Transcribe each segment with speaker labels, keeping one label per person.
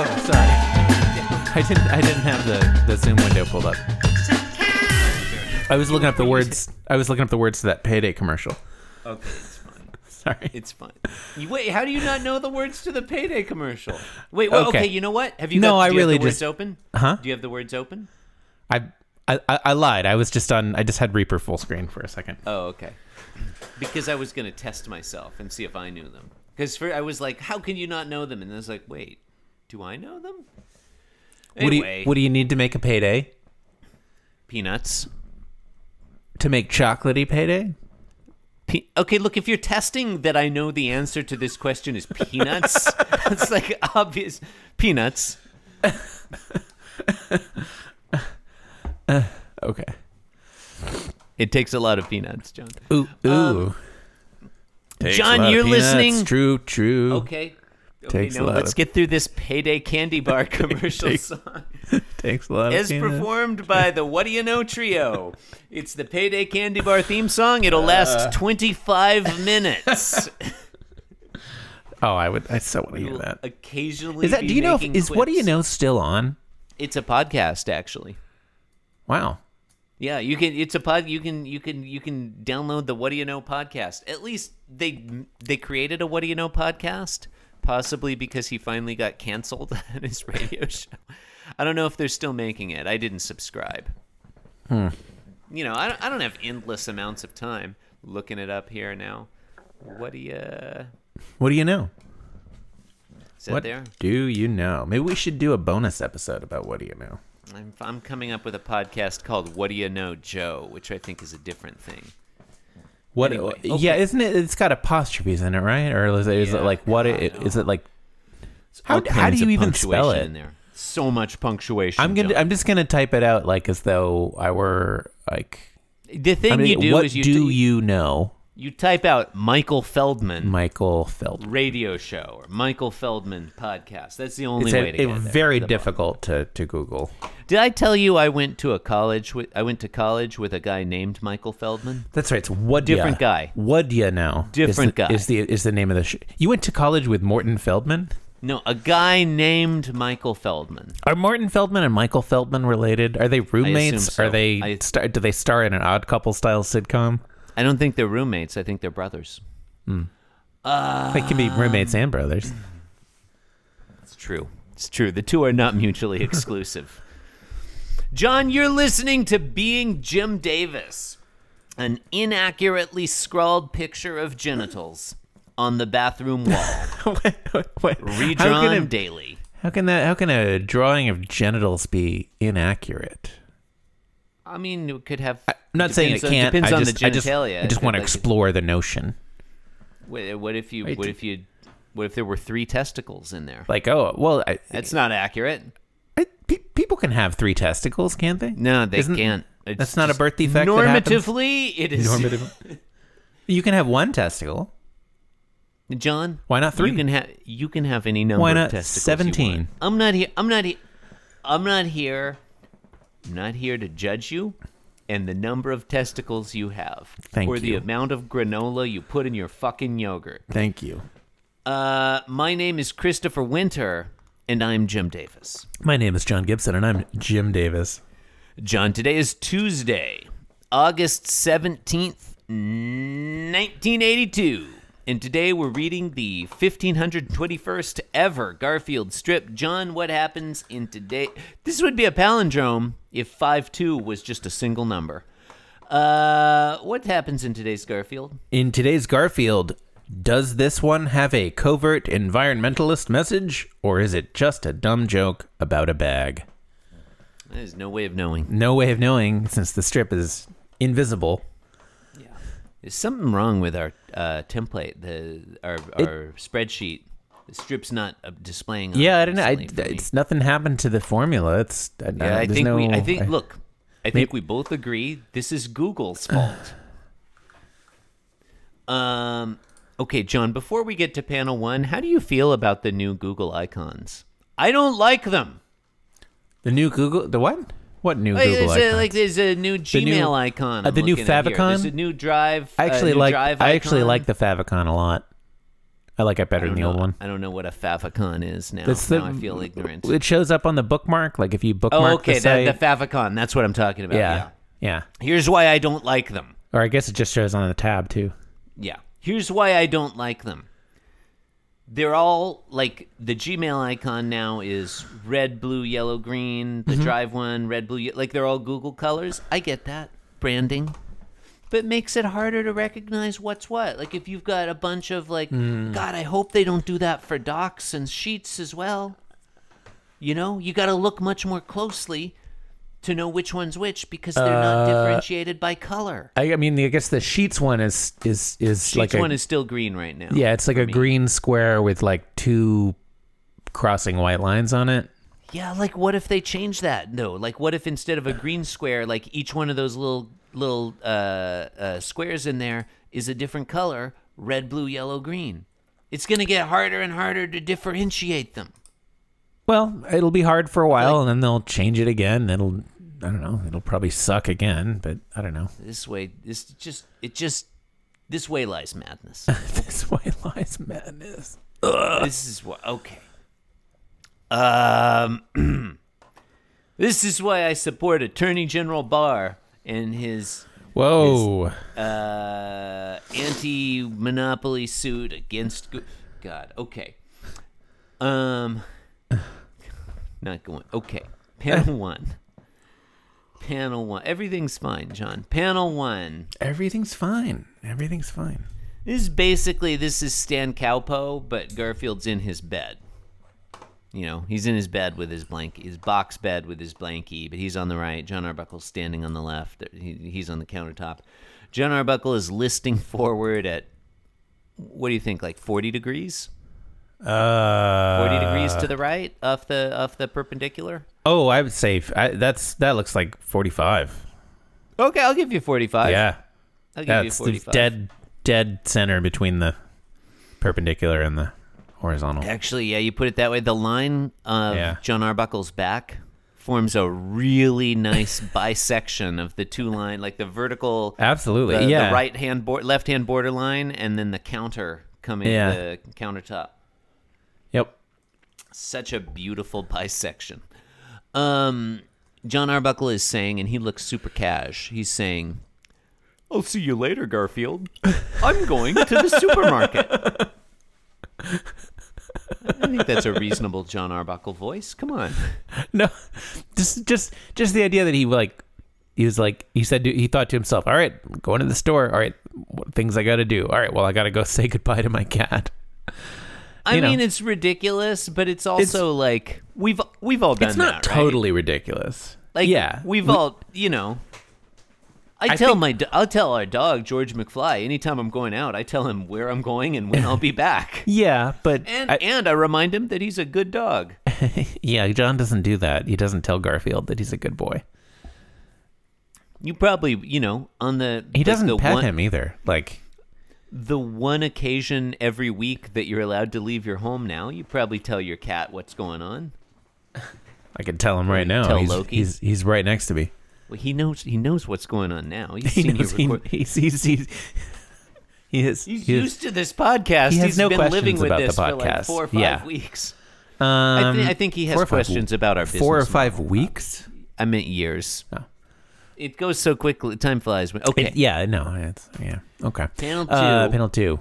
Speaker 1: Oh, I didn't. I didn't have the, the Zoom window pulled up. I was looking up the words. I was looking up the words to that payday commercial.
Speaker 2: Okay, it's fine.
Speaker 1: Sorry.
Speaker 2: It's fine. You, wait, how do you not know the words to the payday commercial? Wait, well,
Speaker 1: Okay.
Speaker 2: okay. you know what? Have you?
Speaker 1: No,
Speaker 2: got,
Speaker 1: I
Speaker 2: do you have
Speaker 1: really
Speaker 2: the words
Speaker 1: just-
Speaker 2: open.
Speaker 1: Huh?
Speaker 2: Do you have the words open?
Speaker 1: I, I I I lied. I was just on. I just had Reaper full screen for a second.
Speaker 2: Oh, okay. Because I was gonna test myself and see if I knew them. Because I was like, how can you not know them? And I was like, wait, do I know them?
Speaker 1: What do
Speaker 2: Anyway,
Speaker 1: you What do you need to make a payday?
Speaker 2: peanuts.
Speaker 1: To make chocolatey payday?
Speaker 2: Pe- okay, look, if you're testing that I know the answer to this question is peanuts, it's like obvious peanuts.
Speaker 1: Okay.
Speaker 2: It takes a lot of peanuts, John.
Speaker 1: Ooh um, ooh. Takes a
Speaker 2: John,
Speaker 1: lot of
Speaker 2: you're
Speaker 1: peanuts.
Speaker 2: listening?
Speaker 1: True. True.
Speaker 2: Okay. Okay,
Speaker 1: Takes a
Speaker 2: now
Speaker 1: lot
Speaker 2: let's
Speaker 1: of-
Speaker 2: get through this payday candy bar commercial song.
Speaker 1: Takes a lot
Speaker 2: As
Speaker 1: of peanuts.
Speaker 2: performed by the What Do You Know Trio. It's the Payday Candy Bar theme song. It'll
Speaker 1: Uh.
Speaker 2: last 25 minutes.
Speaker 1: Oh, I would. I so want to hear
Speaker 2: We'll
Speaker 1: that.
Speaker 2: Occasionally,
Speaker 1: Is that?
Speaker 2: be
Speaker 1: Do you know? If,
Speaker 2: making
Speaker 1: is What Do You
Speaker 2: quips.
Speaker 1: Know still on?
Speaker 2: It's a podcast, actually.
Speaker 1: Wow.
Speaker 2: Yeah, you can. It's a pod. You can. You can. You can download the What Do You Know podcast. At least they they created a What Do You Know podcast, possibly because he finally got canceled on his radio show. I don't know if they're still making it. I didn't subscribe. You know, I don't, I don't have endless amounts of time looking it up here now. What do you? Is
Speaker 1: What do you know?
Speaker 2: that
Speaker 1: what
Speaker 2: there?
Speaker 1: do you know? Maybe we should do a bonus episode about what do you know.
Speaker 2: I'm, I'm coming up with a podcast called What Do You Know, Joe, which I think is a different thing.
Speaker 1: What? uh,
Speaker 2: Anyway,
Speaker 1: Yeah, isn't it? It's got apostrophes in it, right? Or is it, is it
Speaker 2: Yeah,
Speaker 1: like what? It,
Speaker 2: God,
Speaker 1: is it like? How,
Speaker 2: all
Speaker 1: how do
Speaker 2: kinds
Speaker 1: you
Speaker 2: of
Speaker 1: even
Speaker 2: punctuation
Speaker 1: spell it?
Speaker 2: in there? So much punctuation.
Speaker 1: I'm gonna.
Speaker 2: John.
Speaker 1: I'm just gonna type it out like as though I were like.
Speaker 2: the thing
Speaker 1: I mean,
Speaker 2: you do
Speaker 1: what
Speaker 2: is you,
Speaker 1: do
Speaker 2: t-
Speaker 1: you know,
Speaker 2: you type out Michael Feldman
Speaker 1: Michael Feldman?
Speaker 2: radio show or Michael Feldman podcast. That's the only
Speaker 1: It's
Speaker 2: way to
Speaker 1: a, a
Speaker 2: get there.
Speaker 1: very
Speaker 2: The-
Speaker 1: difficult to, to Google.
Speaker 2: Did I tell you I went to a college with I went to college with a guy named Michael Feldman?
Speaker 1: That's right. It's what
Speaker 2: Different guy.
Speaker 1: What do you know?
Speaker 2: Different
Speaker 1: is the,
Speaker 2: guy.
Speaker 1: is the is the name of the. Sh- you went to college with Morton Feldman.
Speaker 2: No, a guy named Michael Feldman.
Speaker 1: Are Morton Feldman and Michael Feldman related? Are they roommates?
Speaker 2: so.
Speaker 1: Are they
Speaker 2: I-
Speaker 1: star, do they star in an Odd Couple style sitcom?
Speaker 2: I don't think they're roommates. I think they're brothers.
Speaker 1: they can be roommates and brothers.
Speaker 2: It's true. It's true. The two are not mutually exclusive. John, you're listening to Being Jim Davis, an inaccurately scrawled picture of genitals on the bathroom wall,
Speaker 1: Wait, wait, how
Speaker 2: redrawn
Speaker 1: can, a,
Speaker 2: daily.
Speaker 1: how can that? How can a drawing of genitals be inaccurate?
Speaker 2: I mean, it could have.
Speaker 1: I'm Uh, not saying it
Speaker 2: depends on-
Speaker 1: can't.
Speaker 2: Depends
Speaker 1: I
Speaker 2: on
Speaker 1: just,
Speaker 2: the
Speaker 1: I just,
Speaker 2: genitalia.
Speaker 1: I just
Speaker 2: It
Speaker 1: want to
Speaker 2: could, like,
Speaker 1: explore the notion.
Speaker 2: What what if you?
Speaker 1: I
Speaker 2: What
Speaker 1: d-
Speaker 2: if you? What if there were three testicles in there?
Speaker 1: Like, oh, well, I,
Speaker 2: That's not accurate.
Speaker 1: I, pe- people can have three testicles, can't they?
Speaker 2: No, they
Speaker 1: Isn't-
Speaker 2: can't. It's
Speaker 1: that's not a
Speaker 2: just-
Speaker 1: birth defect. that happens?
Speaker 2: Normatively, it is.
Speaker 1: Normative. you can have one testicle.
Speaker 2: John,
Speaker 1: Why not three?
Speaker 2: You can have you can have any number.
Speaker 1: Why
Speaker 2: of
Speaker 1: not
Speaker 2: testicles you
Speaker 1: 17?
Speaker 2: want. I'm not here. I'm not here. I'm not here. I'm not here to judge you, and the number of testicles you have,
Speaker 1: Thank
Speaker 2: or the
Speaker 1: you.
Speaker 2: amount of granola you put in your fucking yogurt.
Speaker 1: Thank you.
Speaker 2: Uh, my name is Christopher Winter, and I'm Jim Davis.
Speaker 1: My name is John Gibson, and I'm Jim Davis.
Speaker 2: John, today is Tuesday, August 17th, 1982. And today we're reading the 1521st ever Garfield strip. John, what happens in today? This would be a palindrome if 5 2 was just a single number. Uh, what happens in today's Garfield?
Speaker 1: In today's Garfield, does this one have a covert environmentalist message, or is it just a dumb joke about a bag?
Speaker 2: There's no way of knowing.
Speaker 1: No way of knowing since the strip is invisible.
Speaker 2: There's something wrong with our uh, template, the our, our spreadsheet. The strip's not uh, displaying. on
Speaker 1: Yeah,
Speaker 2: it
Speaker 1: I don't know. I,
Speaker 2: recently for me.
Speaker 1: it's nothing happened to the formula. It's I,
Speaker 2: Yeah, I
Speaker 1: there's
Speaker 2: think we.
Speaker 1: no-
Speaker 2: I think. look, I think we both agree this is Google's fault. um. Okay, John. Before we get to panel one, how do you feel about the new Google icons? I don't like them.
Speaker 1: the new Google. The what? What new
Speaker 2: Like,
Speaker 1: Google?
Speaker 2: there's,
Speaker 1: icon?
Speaker 2: a, like there's a new Gmail
Speaker 1: new-
Speaker 2: icon.
Speaker 1: uh,
Speaker 2: I'm
Speaker 1: the new
Speaker 2: looking at here.
Speaker 1: favicon?
Speaker 2: There's a new Drive.
Speaker 1: I
Speaker 2: uh,
Speaker 1: actually
Speaker 2: new
Speaker 1: like.
Speaker 2: Drive
Speaker 1: I actually
Speaker 2: icon.
Speaker 1: like the favicon a lot. I like it better
Speaker 2: I
Speaker 1: than the
Speaker 2: don't know-
Speaker 1: old one.
Speaker 2: I don't know what a favicon is now.
Speaker 1: It's the-
Speaker 2: now I feel ignorant.
Speaker 1: It shows up on the bookmark. Like if you
Speaker 2: oh,
Speaker 1: bookmark
Speaker 2: okay,
Speaker 1: the site.
Speaker 2: the, the favicon. That's what I'm talking about.
Speaker 1: yeah,
Speaker 2: yeah.
Speaker 1: yeah.
Speaker 2: Here's why I don't like them.
Speaker 1: Or I guess it just shows on the tab too.
Speaker 2: Yeah. Here's why I don't like them. They're all like the Gmail icon now is red, blue, yellow, green.
Speaker 1: Mm-hmm.
Speaker 2: The Drive one, red, blue, ye- like they're all Google colors. I get that branding, but it makes it harder to recognize what's what. Like if you've got a bunch of like,
Speaker 1: Mm.
Speaker 2: God, I hope they don't do that for docs and sheets as well. You know, you got to look much more closely to know which one's which because they're
Speaker 1: Uh,
Speaker 2: not differentiated by color.
Speaker 1: I, I mean, I guess the sheets one is is is like
Speaker 2: Sheets
Speaker 1: a
Speaker 2: one is still green right now.
Speaker 1: yeah, it's like a green square with like two crossing white lines on it.
Speaker 2: Yeah, like what if they change that though? Like what if instead of a green square, like each one of those little little uh, uh, squares in there is a different color: red, blue, yellow, green. It's gonna get harder and harder to differentiate them.
Speaker 1: Well, it'll be hard for a while, and then they'll change it again. It'll I don't know. It'll probably suck again, but I don't know.
Speaker 2: This way, this just it just this way lies madness.
Speaker 1: this way lies madness.
Speaker 2: this is what okay. Um, this is why I support Attorney General Barr and his
Speaker 1: Whoa.
Speaker 2: uh, anti-monopoly suit against Go- God. Okay. Um, not going. Okay. Panel one. Panel one. Everything's fine, John. Panel one.
Speaker 1: Everything's fine. Everything's fine.
Speaker 2: This is basically this is Stan Cowpo, but Garfield's in his bed. You know, he's in his bed with his blanket, his box bed with his blankie, but he's on the right. John Arbuckle's standing on the left. He, he's on the countertop. John Arbuckle is listing forward at what do you think, like forty degrees?
Speaker 1: Uh,
Speaker 2: Forty degrees to the right, off the off the perpendicular.
Speaker 1: Oh, I would say f I that's that looks like forty-five.
Speaker 2: Okay, I'll give you forty-five.
Speaker 1: yeah,
Speaker 2: I'll give you
Speaker 1: that's the
Speaker 2: forty-five.
Speaker 1: dead dead center between the perpendicular and the horizontal.
Speaker 2: Actually, yeah, you put it that way. The line of
Speaker 1: Yeah.
Speaker 2: John Arbuckle's back forms a really nice bisection of the two line, like the vertical,
Speaker 1: Absolutely.
Speaker 2: the,
Speaker 1: yeah.
Speaker 2: right hand, board, left hand borderline, and then the counter coming,
Speaker 1: Yeah.
Speaker 2: the countertop.
Speaker 1: Yep.
Speaker 2: Such a beautiful bisection. Um, John Arbuckle is saying, and he looks super cash. He's saying, "I'll see you later, Garfield. I'm going to the supermarket." I think that's a reasonable John Arbuckle voice. Come on.
Speaker 1: No, just just just the idea that he like he was like he said to, he thought to himself, "All right, I'm going to the store. All right, what things I got to do. All right, well I got to go say goodbye to my cat."
Speaker 2: I
Speaker 1: You know.
Speaker 2: mean, it's ridiculous, but it's also like we've we've all done
Speaker 1: It's not
Speaker 2: that, right?
Speaker 1: totally ridiculous.
Speaker 2: Like,
Speaker 1: yeah,
Speaker 2: we've all, you know. I,
Speaker 1: I
Speaker 2: tell
Speaker 1: think-
Speaker 2: my do- I'll tell our dog George McFly anytime I'm going out. I tell him where I'm going and when I'll be back,
Speaker 1: yeah, but
Speaker 2: and
Speaker 1: I-
Speaker 2: and I remind him that he's a good dog.
Speaker 1: yeah, John doesn't do that. He doesn't tell Garfield that he's a good boy.
Speaker 2: You probably, you know, on the
Speaker 1: He
Speaker 2: like,
Speaker 1: doesn't
Speaker 2: the
Speaker 1: pet
Speaker 2: one,
Speaker 1: him either. Like,
Speaker 2: The one occasion every week that you're allowed to leave your home now, you probably tell your cat what's going on.
Speaker 1: I could tell him right now.
Speaker 2: tell
Speaker 1: he's,
Speaker 2: Loki.
Speaker 1: he's he's right next to me.
Speaker 2: Well, he knows he knows what's going on now. He's
Speaker 1: He
Speaker 2: seen you
Speaker 1: knows he,
Speaker 2: record-
Speaker 1: he's, he's, he's, he is.
Speaker 2: He's
Speaker 1: he is-
Speaker 2: used to this podcast.
Speaker 1: He has
Speaker 2: has
Speaker 1: no
Speaker 2: been living
Speaker 1: questions
Speaker 2: with
Speaker 1: about the
Speaker 2: this for like
Speaker 1: podcast.
Speaker 2: four or five
Speaker 1: Yeah.
Speaker 2: weeks. I,
Speaker 1: um,
Speaker 2: thi- I think he
Speaker 1: four or
Speaker 2: has
Speaker 1: five-
Speaker 2: questions about our business.
Speaker 1: four or
Speaker 2: model.
Speaker 1: five weeks.
Speaker 2: I meant years.
Speaker 1: Oh.
Speaker 2: It goes so quickly. Time flies. when- Okay.
Speaker 1: It, yeah, no, it's yeah. Okay.
Speaker 2: Panel
Speaker 1: Uh,
Speaker 2: two.
Speaker 1: panel two.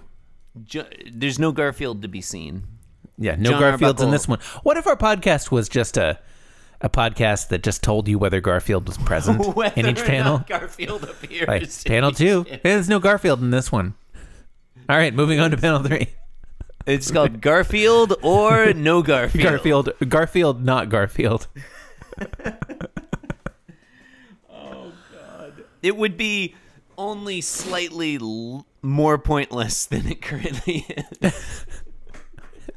Speaker 2: Jo- there's no Garfield to be seen.
Speaker 1: Yeah, no
Speaker 2: John
Speaker 1: Garfields in
Speaker 2: Arbuckle.
Speaker 1: this one. What if our podcast was just a a podcast that just told you whether Garfield was present in
Speaker 2: Whether
Speaker 1: each
Speaker 2: or
Speaker 1: panel?
Speaker 2: not Garfield appears.
Speaker 1: Right.
Speaker 2: in
Speaker 1: Panel
Speaker 2: each
Speaker 1: two.
Speaker 2: panel.
Speaker 1: There's no Garfield in this one. All right, moving on to panel three.
Speaker 2: It's called Garfield or no Garfield.
Speaker 1: Garfield, Garfield, not Garfield.
Speaker 2: It would be only slightly l- more pointless than it currently is.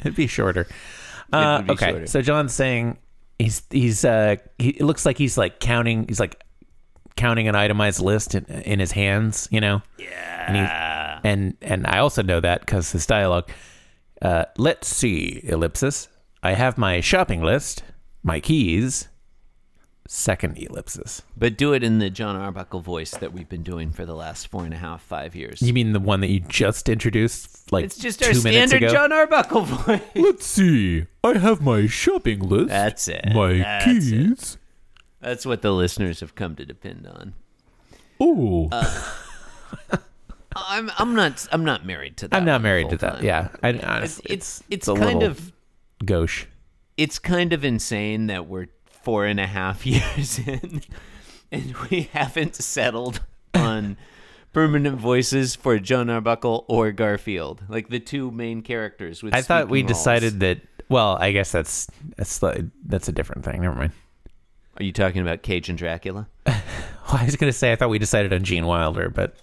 Speaker 1: It'd be shorter. Uh,
Speaker 2: would be
Speaker 1: okay,
Speaker 2: shorter.
Speaker 1: so John's saying he's he's uh he, it looks like he's like counting. He's like counting an itemized list in, in his hands. You know. Yeah. And and, and I also know that because his dialogue. Uh, let's see, ellipsis. I have my shopping list, my keys, second ellipsis.
Speaker 2: But do it in the John Arbuckle voice that we've been doing for the last four and a half, five years.
Speaker 1: You mean the one that you just introduced, like
Speaker 2: it's just
Speaker 1: two
Speaker 2: our
Speaker 1: minutes
Speaker 2: standard
Speaker 1: ago?
Speaker 2: John Arbuckle voice.
Speaker 1: Let's see. I have my shopping list.
Speaker 2: That's it.
Speaker 1: My
Speaker 2: That's it.
Speaker 1: keys.
Speaker 2: That's what the listeners have come to depend on.
Speaker 1: Oh,
Speaker 2: Uh, I'm I'm not I'm not married to that.
Speaker 1: I'm not
Speaker 2: one
Speaker 1: married to
Speaker 2: full
Speaker 1: that.
Speaker 2: time.
Speaker 1: Yeah, I,
Speaker 2: It's
Speaker 1: honestly,
Speaker 2: it's it's,
Speaker 1: a
Speaker 2: kind
Speaker 1: little
Speaker 2: of
Speaker 1: gauche.
Speaker 2: it's kind of insane that we're four and a half years in and we haven't settled on permanent voices for John Arbuckle or Garfield, like the two main characters. With
Speaker 1: I thought
Speaker 2: speaking
Speaker 1: we
Speaker 2: roles.
Speaker 1: decided that. Well, I guess that's that's the- that's a different thing. Never mind.
Speaker 2: Are you talking about Cage and Dracula?
Speaker 1: Well, I was gonna say I thought we decided on Gene Wilder, but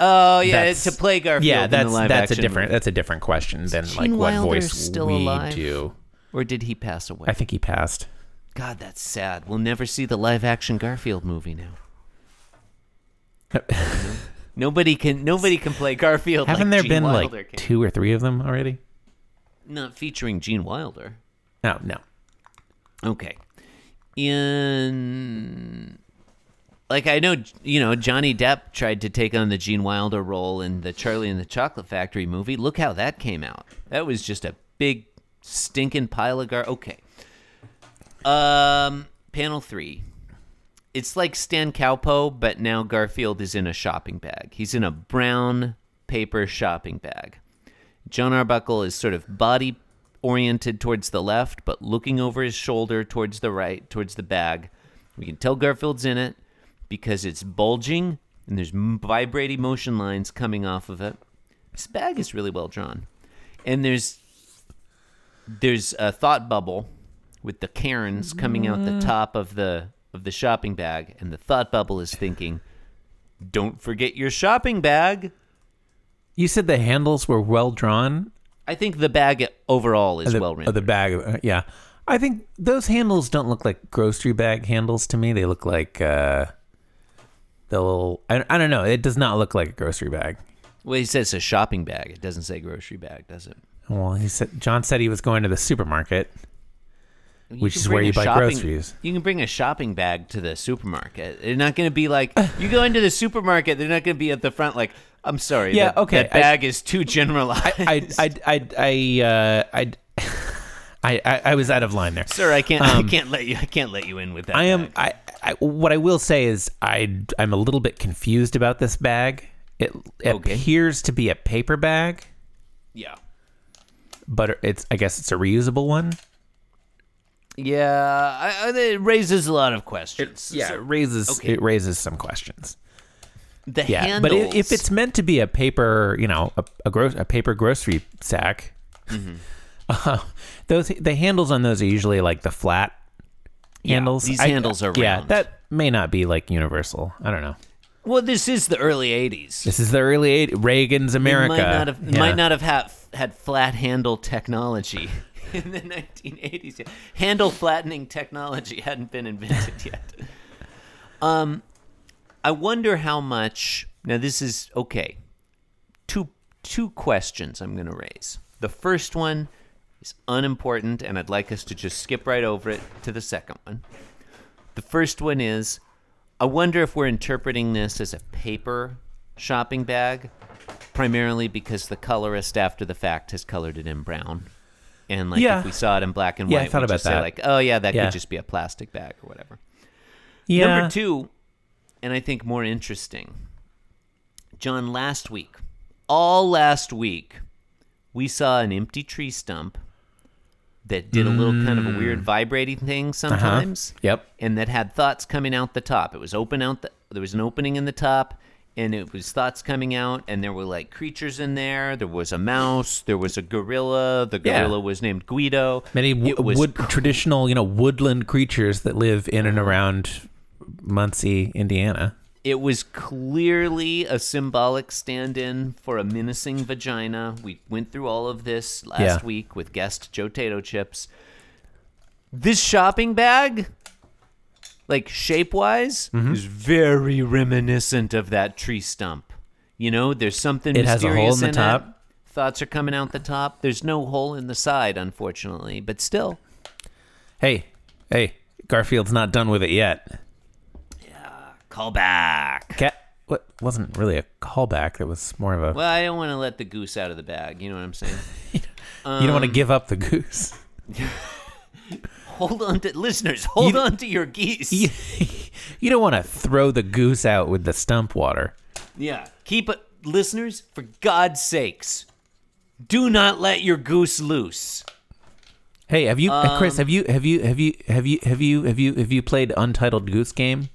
Speaker 2: Oh yeah,
Speaker 1: That's-
Speaker 2: to play Garfield.
Speaker 1: yeah,
Speaker 2: in
Speaker 1: that's
Speaker 2: the live
Speaker 1: that's a
Speaker 2: action
Speaker 1: different that's a different question than like
Speaker 2: Gene
Speaker 1: what
Speaker 2: Wilder
Speaker 1: voice
Speaker 2: still
Speaker 1: we
Speaker 2: alive?
Speaker 1: do.
Speaker 2: Or did he pass away?
Speaker 1: I think he passed.
Speaker 2: God, that's sad. We'll never see the live action Garfield movie now. nobody can nobody can play Garfield.
Speaker 1: Haven't there
Speaker 2: like Gene
Speaker 1: been
Speaker 2: Wilder
Speaker 1: like
Speaker 2: can.
Speaker 1: two or three of them already?
Speaker 2: not featuring Gene Wilder?
Speaker 1: No, no.
Speaker 2: Okay. In like I know you know Johnny Depp tried to take on the Gene Wilder role in the Charlie and the Chocolate Factory movie. Look how that came out. That was just a big stinking pile of gar. Okay. Um, panel three. It's like Stan Calpo, but now Garfield is in a shopping bag. He's in a brown paper shopping bag. John Arbuckle is sort of body oriented towards the left, but looking over his shoulder towards the right, towards the bag. We can tell Garfield's in it because it's bulging and there's m- vibrating motion lines coming off of it. This bag is really well drawn, and there's there's a thought bubble with the cairns coming out the top of the of the shopping bag, and the thought bubble is thinking, "Don't forget your shopping bag."
Speaker 1: You said the handles were well drawn.
Speaker 2: I think the bag overall is
Speaker 1: The,
Speaker 2: well
Speaker 1: of
Speaker 2: rendered.
Speaker 1: the bag, uh, yeah. I think those handles don't look like grocery bag handles to me. They look like uh, the little. I, I don't know. It does not look like a grocery bag.
Speaker 2: Well, he says a shopping bag. It doesn't say grocery bag, does it?
Speaker 1: Well, he said John said he was going to the supermarket.
Speaker 2: You
Speaker 1: Which
Speaker 2: can
Speaker 1: is where
Speaker 2: bring
Speaker 1: you
Speaker 2: a
Speaker 1: buy groceries.
Speaker 2: You can bring a shopping bag to the supermarket. They're not going to be like you go into the supermarket. They're not going to be at the front like, "I'm sorry,
Speaker 1: Yeah,
Speaker 2: that,
Speaker 1: okay,
Speaker 2: that
Speaker 1: I-
Speaker 2: bag is too generalized,
Speaker 1: I I I I uh, I, I I I was out of line there.
Speaker 2: sir. I can't, I can't let you, I can't let you in with that."
Speaker 1: um, I am
Speaker 2: bag."
Speaker 1: I, I what I will say is I I'm a little bit confused about this bag. It
Speaker 2: Okay.
Speaker 1: appears to be a paper bag,
Speaker 2: yeah,
Speaker 1: but it's I guess it's a reusable one.
Speaker 2: yeah. I, I, it raises a lot of questions.
Speaker 1: Yeah, it
Speaker 2: So
Speaker 1: raises
Speaker 2: okay.
Speaker 1: it raises some questions.
Speaker 2: the
Speaker 1: Yeah,
Speaker 2: handles.
Speaker 1: but i- if it's meant to be a paper, you know, a a, gro- a paper grocery sack,
Speaker 2: Mm-hmm.
Speaker 1: uh, those the handles on those are usually like the flat handles.
Speaker 2: these
Speaker 1: I-
Speaker 2: handles are
Speaker 1: yeah.
Speaker 2: round.
Speaker 1: That may not be like universal. I don't know.
Speaker 2: well, this is the early '80s.
Speaker 1: This is the early eight Reagan's America.
Speaker 2: Might not have
Speaker 1: Yeah.
Speaker 2: might not have had, had flat handle technology in the 1980s. yet. Handle flattening technology hadn't been invented yet. Um, I wonder how much. Now this is okay. Two two questions I'm going to raise. The first one is unimportant, and I'd like us to just skip right over it to the second one. The first one is. I wonder if we're interpreting this as a paper shopping bag primarily because the colorist after the fact has colored it in brown. And like
Speaker 1: Yeah.
Speaker 2: if we saw it in black and
Speaker 1: Yeah, I
Speaker 2: white,
Speaker 1: thought
Speaker 2: we'd
Speaker 1: about
Speaker 2: just say
Speaker 1: that.
Speaker 2: like, oh yeah, that
Speaker 1: Yeah.
Speaker 2: could just be a plastic bag or whatever.
Speaker 1: Yeah.
Speaker 2: Number two, and I think more interesting, John, last week, all last week, we saw an empty tree stump that did a little kind of a weird vibrating thing
Speaker 1: Mm.
Speaker 2: sometimes
Speaker 1: Uh-huh. Yep.
Speaker 2: and that had thoughts coming out the top. It was open out. The, there was an opening in the top, and it was thoughts coming out. And there were like creatures in there. There was a mouse. There was a gorilla. The
Speaker 1: Yeah.
Speaker 2: gorilla was named Guido.
Speaker 1: Many w-
Speaker 2: It was
Speaker 1: wood traditional, you know, woodland creatures that live in and around Muncie, Indiana.
Speaker 2: It was clearly a symbolic stand-in for a menacing vagina. We went through all of this last
Speaker 1: Yeah.
Speaker 2: week with guest Joe Tato Chips. This shopping bag, like shape-wise,
Speaker 1: Mm-hmm.
Speaker 2: is very reminiscent of that tree stump. You know, there's something
Speaker 1: It has a hole
Speaker 2: mysterious
Speaker 1: in the
Speaker 2: it.
Speaker 1: top.
Speaker 2: Thoughts are coming out the top. There's no hole in the side, unfortunately, but still,
Speaker 1: Hey, hey, Garfield's not done with it yet.
Speaker 2: Call back.
Speaker 1: Cat, what wasn't really a callback. It was more of a.
Speaker 2: Well, I don't want to let the goose out of the bag. You know what I'm saying?
Speaker 1: you don't want
Speaker 2: um,
Speaker 1: to give up the goose.
Speaker 2: hold on to listeners. Hold on to your geese.
Speaker 1: You, you don't want to throw the goose out with the stump water.
Speaker 2: Yeah. Keep it, listeners, for God's sakes, do not let your goose loose.
Speaker 1: Hey, have you, uh,
Speaker 2: Um,
Speaker 1: Chris? Have you, have you, have you, have you, have you, have you, have you played Untitled Goose Game?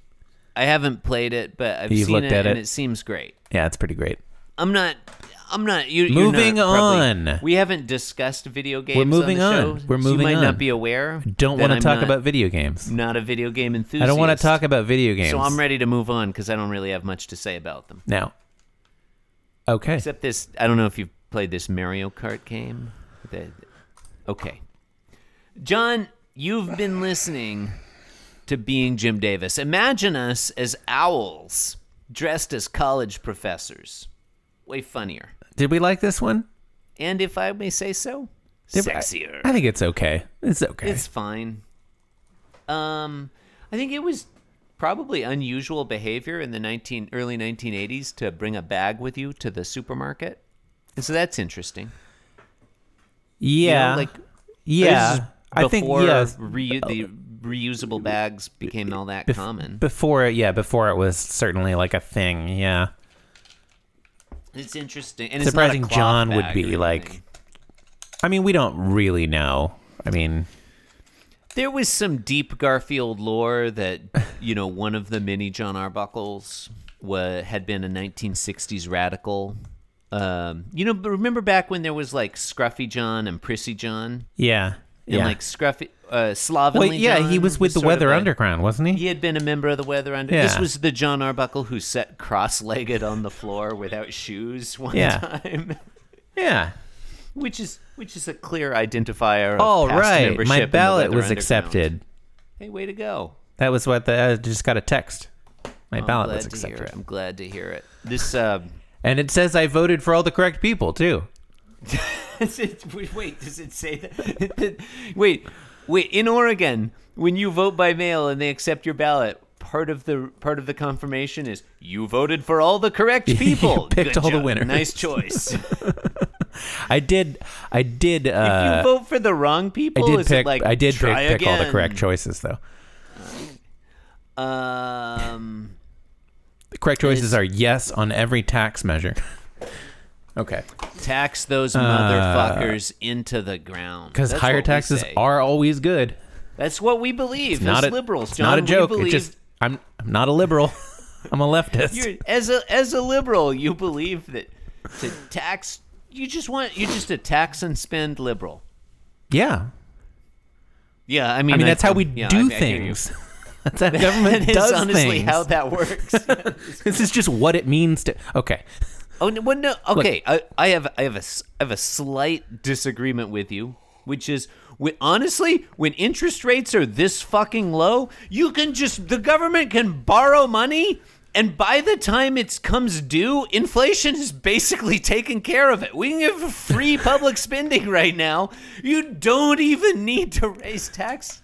Speaker 2: I haven't played it, but I've
Speaker 1: You've
Speaker 2: seen
Speaker 1: looked
Speaker 2: it,
Speaker 1: at
Speaker 2: and
Speaker 1: it?
Speaker 2: it seems great.
Speaker 1: Yeah, it's pretty great.
Speaker 2: I'm not. I'm not. You, you're
Speaker 1: Moving
Speaker 2: not probably-
Speaker 1: on.
Speaker 2: we haven't discussed video games.
Speaker 1: moving
Speaker 2: on. The
Speaker 1: on.
Speaker 2: show,
Speaker 1: We're
Speaker 2: so
Speaker 1: moving
Speaker 2: You might
Speaker 1: on.
Speaker 2: not be aware.
Speaker 1: Don't want
Speaker 2: that
Speaker 1: to
Speaker 2: I'm
Speaker 1: talk
Speaker 2: not-
Speaker 1: about video games.
Speaker 2: Not a video game enthusiast.
Speaker 1: I don't want to talk about video games.
Speaker 2: So I'm ready to move on because I don't really have much to say about them.
Speaker 1: now. Okay.
Speaker 2: Except this, I don't know if you've played this Mario Kart game. The- okay. John, you've been listening to Being Jim Davis. Imagine us as owls dressed as college professors. Way funnier.
Speaker 1: Did we like this one?
Speaker 2: And if I may say so,
Speaker 1: Did we-
Speaker 2: sexier.
Speaker 1: I think it's okay. It's okay.
Speaker 2: It's fine. Um, I think it was probably unusual behavior in the 19 early 1980s to bring a bag with you to the supermarket. And so that's interesting. You know,
Speaker 1: yeah.
Speaker 2: like this
Speaker 1: yeah.
Speaker 2: is
Speaker 1: I think
Speaker 2: before
Speaker 1: yes.
Speaker 2: reu- the reusable bags became all that common.
Speaker 1: Before yeah, before it was certainly like a thing. Yeah.
Speaker 2: It's interesting. And
Speaker 1: Surprising
Speaker 2: it's not a cloth
Speaker 1: John would
Speaker 2: bag
Speaker 1: be
Speaker 2: or
Speaker 1: like-
Speaker 2: anything.
Speaker 1: I mean, we don't really know. I mean,
Speaker 2: There was some deep Garfield lore that you know one of the many John Arbuckles wa had been a 1960s radical. Um, you know, but remember back when there was like Scruffy John and Prissy John,
Speaker 1: yeah.
Speaker 2: and
Speaker 1: yeah.
Speaker 2: like Scruffy uh, slovenly.
Speaker 1: Wait, yeah, he
Speaker 2: John
Speaker 1: was with the
Speaker 2: sort of
Speaker 1: Weather
Speaker 2: a-
Speaker 1: Underground, wasn't he?
Speaker 2: He had been a member of the Weather Under. This
Speaker 1: Yeah.
Speaker 2: was the John Arbuckle who sat cross-legged on the floor without shoes one
Speaker 1: Yeah.
Speaker 2: time,
Speaker 1: Yeah.
Speaker 2: which is which is a clear identifier. Of
Speaker 1: All
Speaker 2: past
Speaker 1: right.
Speaker 2: membership in
Speaker 1: My
Speaker 2: the
Speaker 1: ballot
Speaker 2: Weather
Speaker 1: was
Speaker 2: Underground.
Speaker 1: accepted.
Speaker 2: Hey, way to go!
Speaker 1: That was what the I just got a text. My ballot
Speaker 2: Oh, glad
Speaker 1: was
Speaker 2: to hear
Speaker 1: accepted.
Speaker 2: it. I'm glad to hear it. This uh,
Speaker 1: And it says I voted for all the correct people, too.
Speaker 2: is it- wait, does it say that? wait, wait. In Oregon, when you vote by mail and they accept your ballot, part of the part of the confirmation is you voted for all the correct people.
Speaker 1: picked
Speaker 2: Good
Speaker 1: all the
Speaker 2: job.
Speaker 1: winners.
Speaker 2: Nice choice. if
Speaker 1: I did I did
Speaker 2: you
Speaker 1: uh
Speaker 2: vote for the wrong
Speaker 1: I
Speaker 2: people,
Speaker 1: did
Speaker 2: is
Speaker 1: pick
Speaker 2: it like
Speaker 1: I did pick,
Speaker 2: try
Speaker 1: pick all the
Speaker 2: again?
Speaker 1: correct choices though.
Speaker 2: Um,
Speaker 1: The correct choices are yes on every tax measure. okay.
Speaker 2: tax those motherfuckers into the ground
Speaker 1: Cuz
Speaker 2: That's
Speaker 1: Uh, higher
Speaker 2: what we
Speaker 1: taxes
Speaker 2: say.
Speaker 1: are always good.
Speaker 2: That's what we believe
Speaker 1: Not
Speaker 2: as
Speaker 1: a,
Speaker 2: liberals,
Speaker 1: it's
Speaker 2: John.
Speaker 1: not a joke.
Speaker 2: We
Speaker 1: It's
Speaker 2: believe
Speaker 1: just I'm I'm not a liberal. I'm a leftist.
Speaker 2: you're, as a as a liberal, you believe that to tax you just want you're just a tax and spend liberal.
Speaker 1: yeah.
Speaker 2: Yeah, I mean,
Speaker 1: I mean that's how we
Speaker 2: yeah, I- I
Speaker 1: do
Speaker 2: hear you.
Speaker 1: things. that's how government
Speaker 2: That is
Speaker 1: does
Speaker 2: honestly
Speaker 1: things.
Speaker 2: how that works.
Speaker 1: this is just what it means to Okay.
Speaker 2: oh no, well, no okay. I, I have I have a s- I have a slight disagreement with you, which is. When, honestly, when interest rates are this fucking low, you can just the government can borrow money, and by the time it comes due, inflation is basically taken care of it. We can give free public spending right now. You don't even need to raise tax.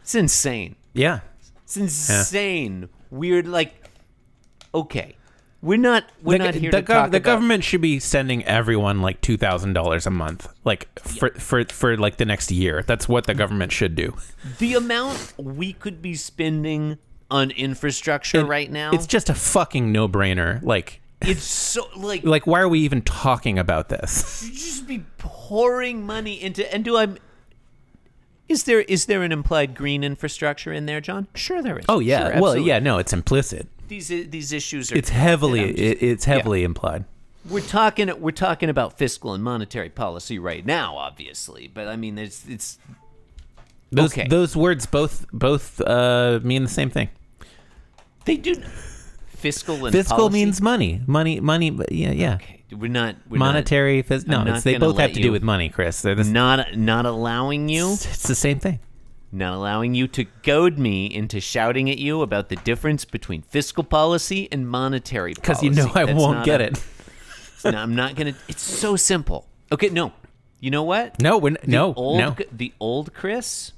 Speaker 2: It's insane.
Speaker 1: Yeah.
Speaker 2: It's insane. Weird. Like, okay, we're not. We're
Speaker 1: the,
Speaker 2: not here
Speaker 1: the
Speaker 2: to
Speaker 1: gov-
Speaker 2: talk
Speaker 1: the
Speaker 2: about.
Speaker 1: government should be sending everyone like two thousand dollars a month, like for for for like the next year. That's what the
Speaker 2: Mm-hmm.
Speaker 1: government should do.
Speaker 2: The amount we could be spending on infrastructure right now.
Speaker 1: It's just a fucking no brainer. Like
Speaker 2: It's so like you
Speaker 1: like why are we even talking about this?
Speaker 2: just be pouring money into. And do I? Is there is there an implied green infrastructure in there, John? Sure, there is.
Speaker 1: Oh yeah.
Speaker 2: Sure,
Speaker 1: well
Speaker 2: absolutely.
Speaker 1: yeah. No, it's implicit.
Speaker 2: These these issues are.
Speaker 1: It's heavily
Speaker 2: I'm just-
Speaker 1: it, it's heavily implied.
Speaker 2: we're talking we're talking about fiscal and monetary policy right now, obviously. But I mean, it's it's
Speaker 1: Those
Speaker 2: Okay.
Speaker 1: those words both both uh, mean the same thing.
Speaker 2: They do fiscal and
Speaker 1: Fiscal
Speaker 2: policy?
Speaker 1: means money, money, money. but Yeah, yeah.
Speaker 2: okay. We're not we're
Speaker 1: Monetary, phys- no,
Speaker 2: I'm
Speaker 1: it's,
Speaker 2: not
Speaker 1: they
Speaker 2: gonna
Speaker 1: both have
Speaker 2: let
Speaker 1: to
Speaker 2: you-
Speaker 1: do with money, Chris. They're the, s-
Speaker 2: Not not allowing you,
Speaker 1: it's the same thing.
Speaker 2: not allowing you to goad me into shouting at you about the difference between fiscal policy and monetary policy.
Speaker 1: Because you know I
Speaker 2: That's
Speaker 1: won't
Speaker 2: not
Speaker 1: get
Speaker 2: a-
Speaker 1: it.
Speaker 2: it's not- I'm not gonna. It's so simple. Okay, no. You know what?
Speaker 1: No, we're n- no,
Speaker 2: old,
Speaker 1: no.
Speaker 2: The old Chris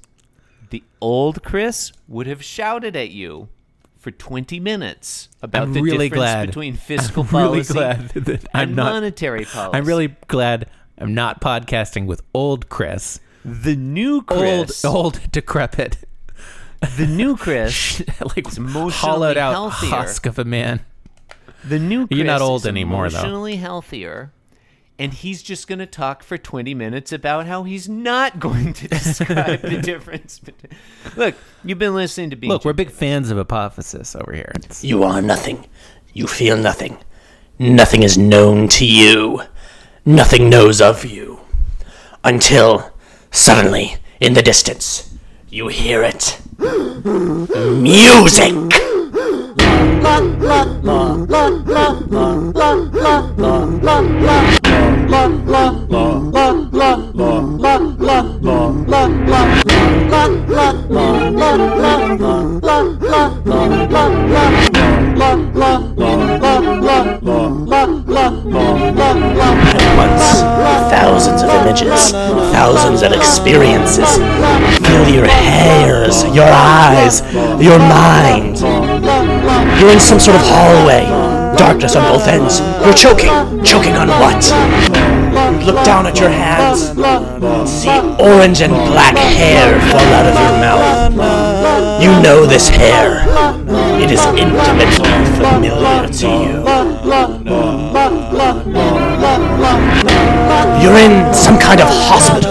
Speaker 2: the old Chris would have shouted at you for 20 minutes about
Speaker 1: I'm
Speaker 2: the
Speaker 1: really
Speaker 2: difference
Speaker 1: glad.
Speaker 2: between fiscal
Speaker 1: I'm really
Speaker 2: policy
Speaker 1: glad that I'm
Speaker 2: and
Speaker 1: not.
Speaker 2: monetary policy.
Speaker 1: I'm really glad I'm not podcasting with old Chris.
Speaker 2: the new Chris,
Speaker 1: Old, Oh. old, decrepit,
Speaker 2: the new Chris,
Speaker 1: like
Speaker 2: emotionally
Speaker 1: hollowed out
Speaker 2: healthier.
Speaker 1: husk of a man.
Speaker 2: the new Chris
Speaker 1: You're not old
Speaker 2: is
Speaker 1: anymore, though.
Speaker 2: emotionally healthier. And he's just going to talk for 20 minutes about how he's not going to describe the difference. between- Look, you've been listening to Being
Speaker 1: Look, we're big fans of Apophysis over here. It's-
Speaker 3: You are nothing. You feel nothing. Nothing is known to you. Nothing knows of you. Until, suddenly, in the distance, you hear it. Music! At once, thousands of images, thousands of experiences fill your hairs, your eyes, your mind. You're in some sort of hallway. Darkness on both ends. You're choking. Choking on what? Look down at your hands. See orange and black hair fall out of your mouth. You know this hair. It is intimately familiar to you. You're in some kind of hospital.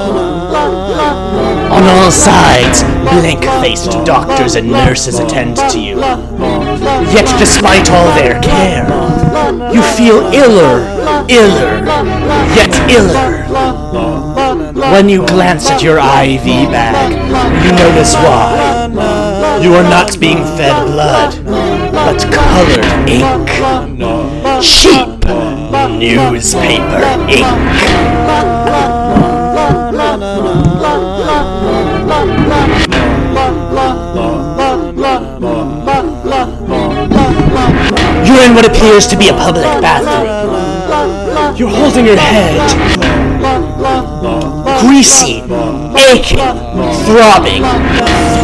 Speaker 3: On all sides, blank faced doctors and nurses attend to you. Yet, despite all their care, you feel iller, iller, yet iller. When you glance at your IV bag, you notice why. You are not being fed blood, but colored ink. Cheap newspaper ink. You're in what appears to be a public bathroom. You're holding your head. Greasy, aching, throbbing.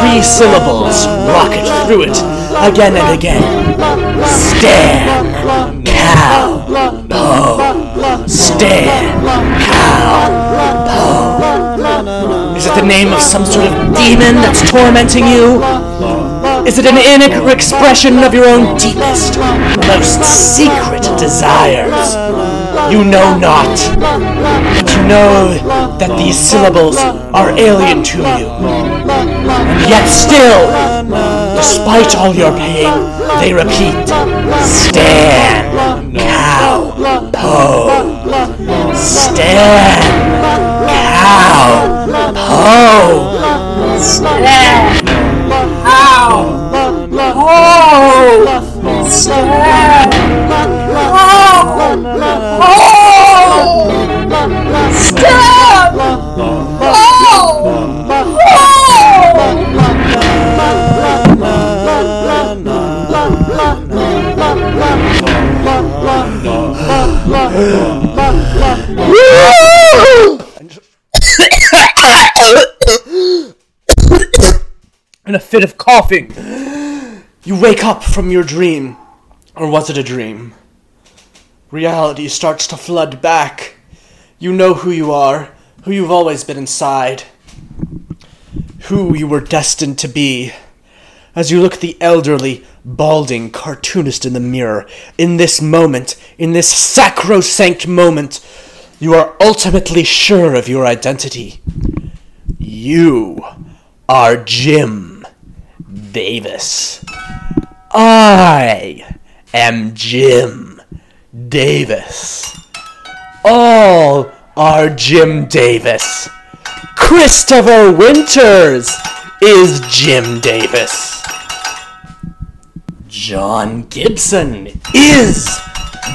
Speaker 3: Three syllables rocket through it again and again. Stan, cow, po. Stan, cow, po. Is it the name of some sort of demon that's tormenting you? Is it an inaccurate expression of your own deepest, most secret desires? You know not, but you know that these syllables are alien to you. And yet still, despite all your pain, they repeat, Stan, cow, Oh, po. Stan, cow, po. Stan. Oh! Stan! Oh! Oh! Stan! Oh! Oh! in a fit of coughing. You wake up from your dream. Or was it a dream? Reality starts to flood back. You know who you are, who you've always been inside, who you were destined to be. As you look at the elderly, balding cartoonist in the mirror, in this moment, in this sacrosanct moment, you are ultimately sure of your identity. You are Jim Davis. I am Jim Davis. All are Jim Davis. Christopher Winters is Jim Davis. John Gibson is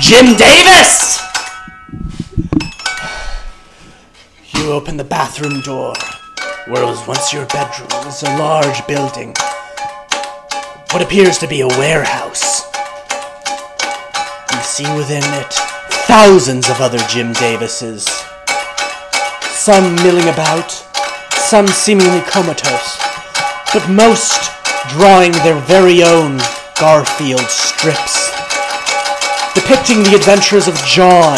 Speaker 3: Jim Davis. You open the bathroom door. Where was once your bedroom is a large building. What appears to be a warehouse. You see within it thousands of other Jim Davises. Some milling about, some seemingly comatose, but most drawing their very own Garfield strips, depicting the adventures of John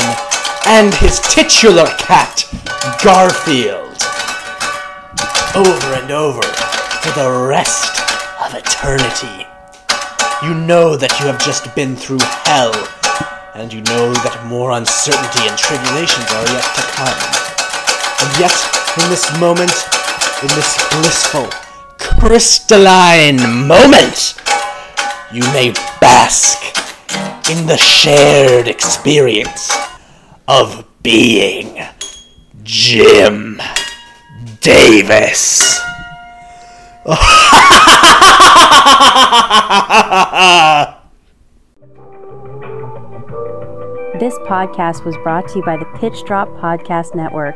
Speaker 3: and his titular cat, Garfield, over and over for the rest of eternity. You know that you have just been through hell, and you know that more uncertainty and tribulations are yet to come. And yet, in this moment, in this blissful, crystalline moment, you may bask in the shared experience of being Jim Davis.
Speaker 4: This podcast was brought to you by the Pitch Drop Podcast Network.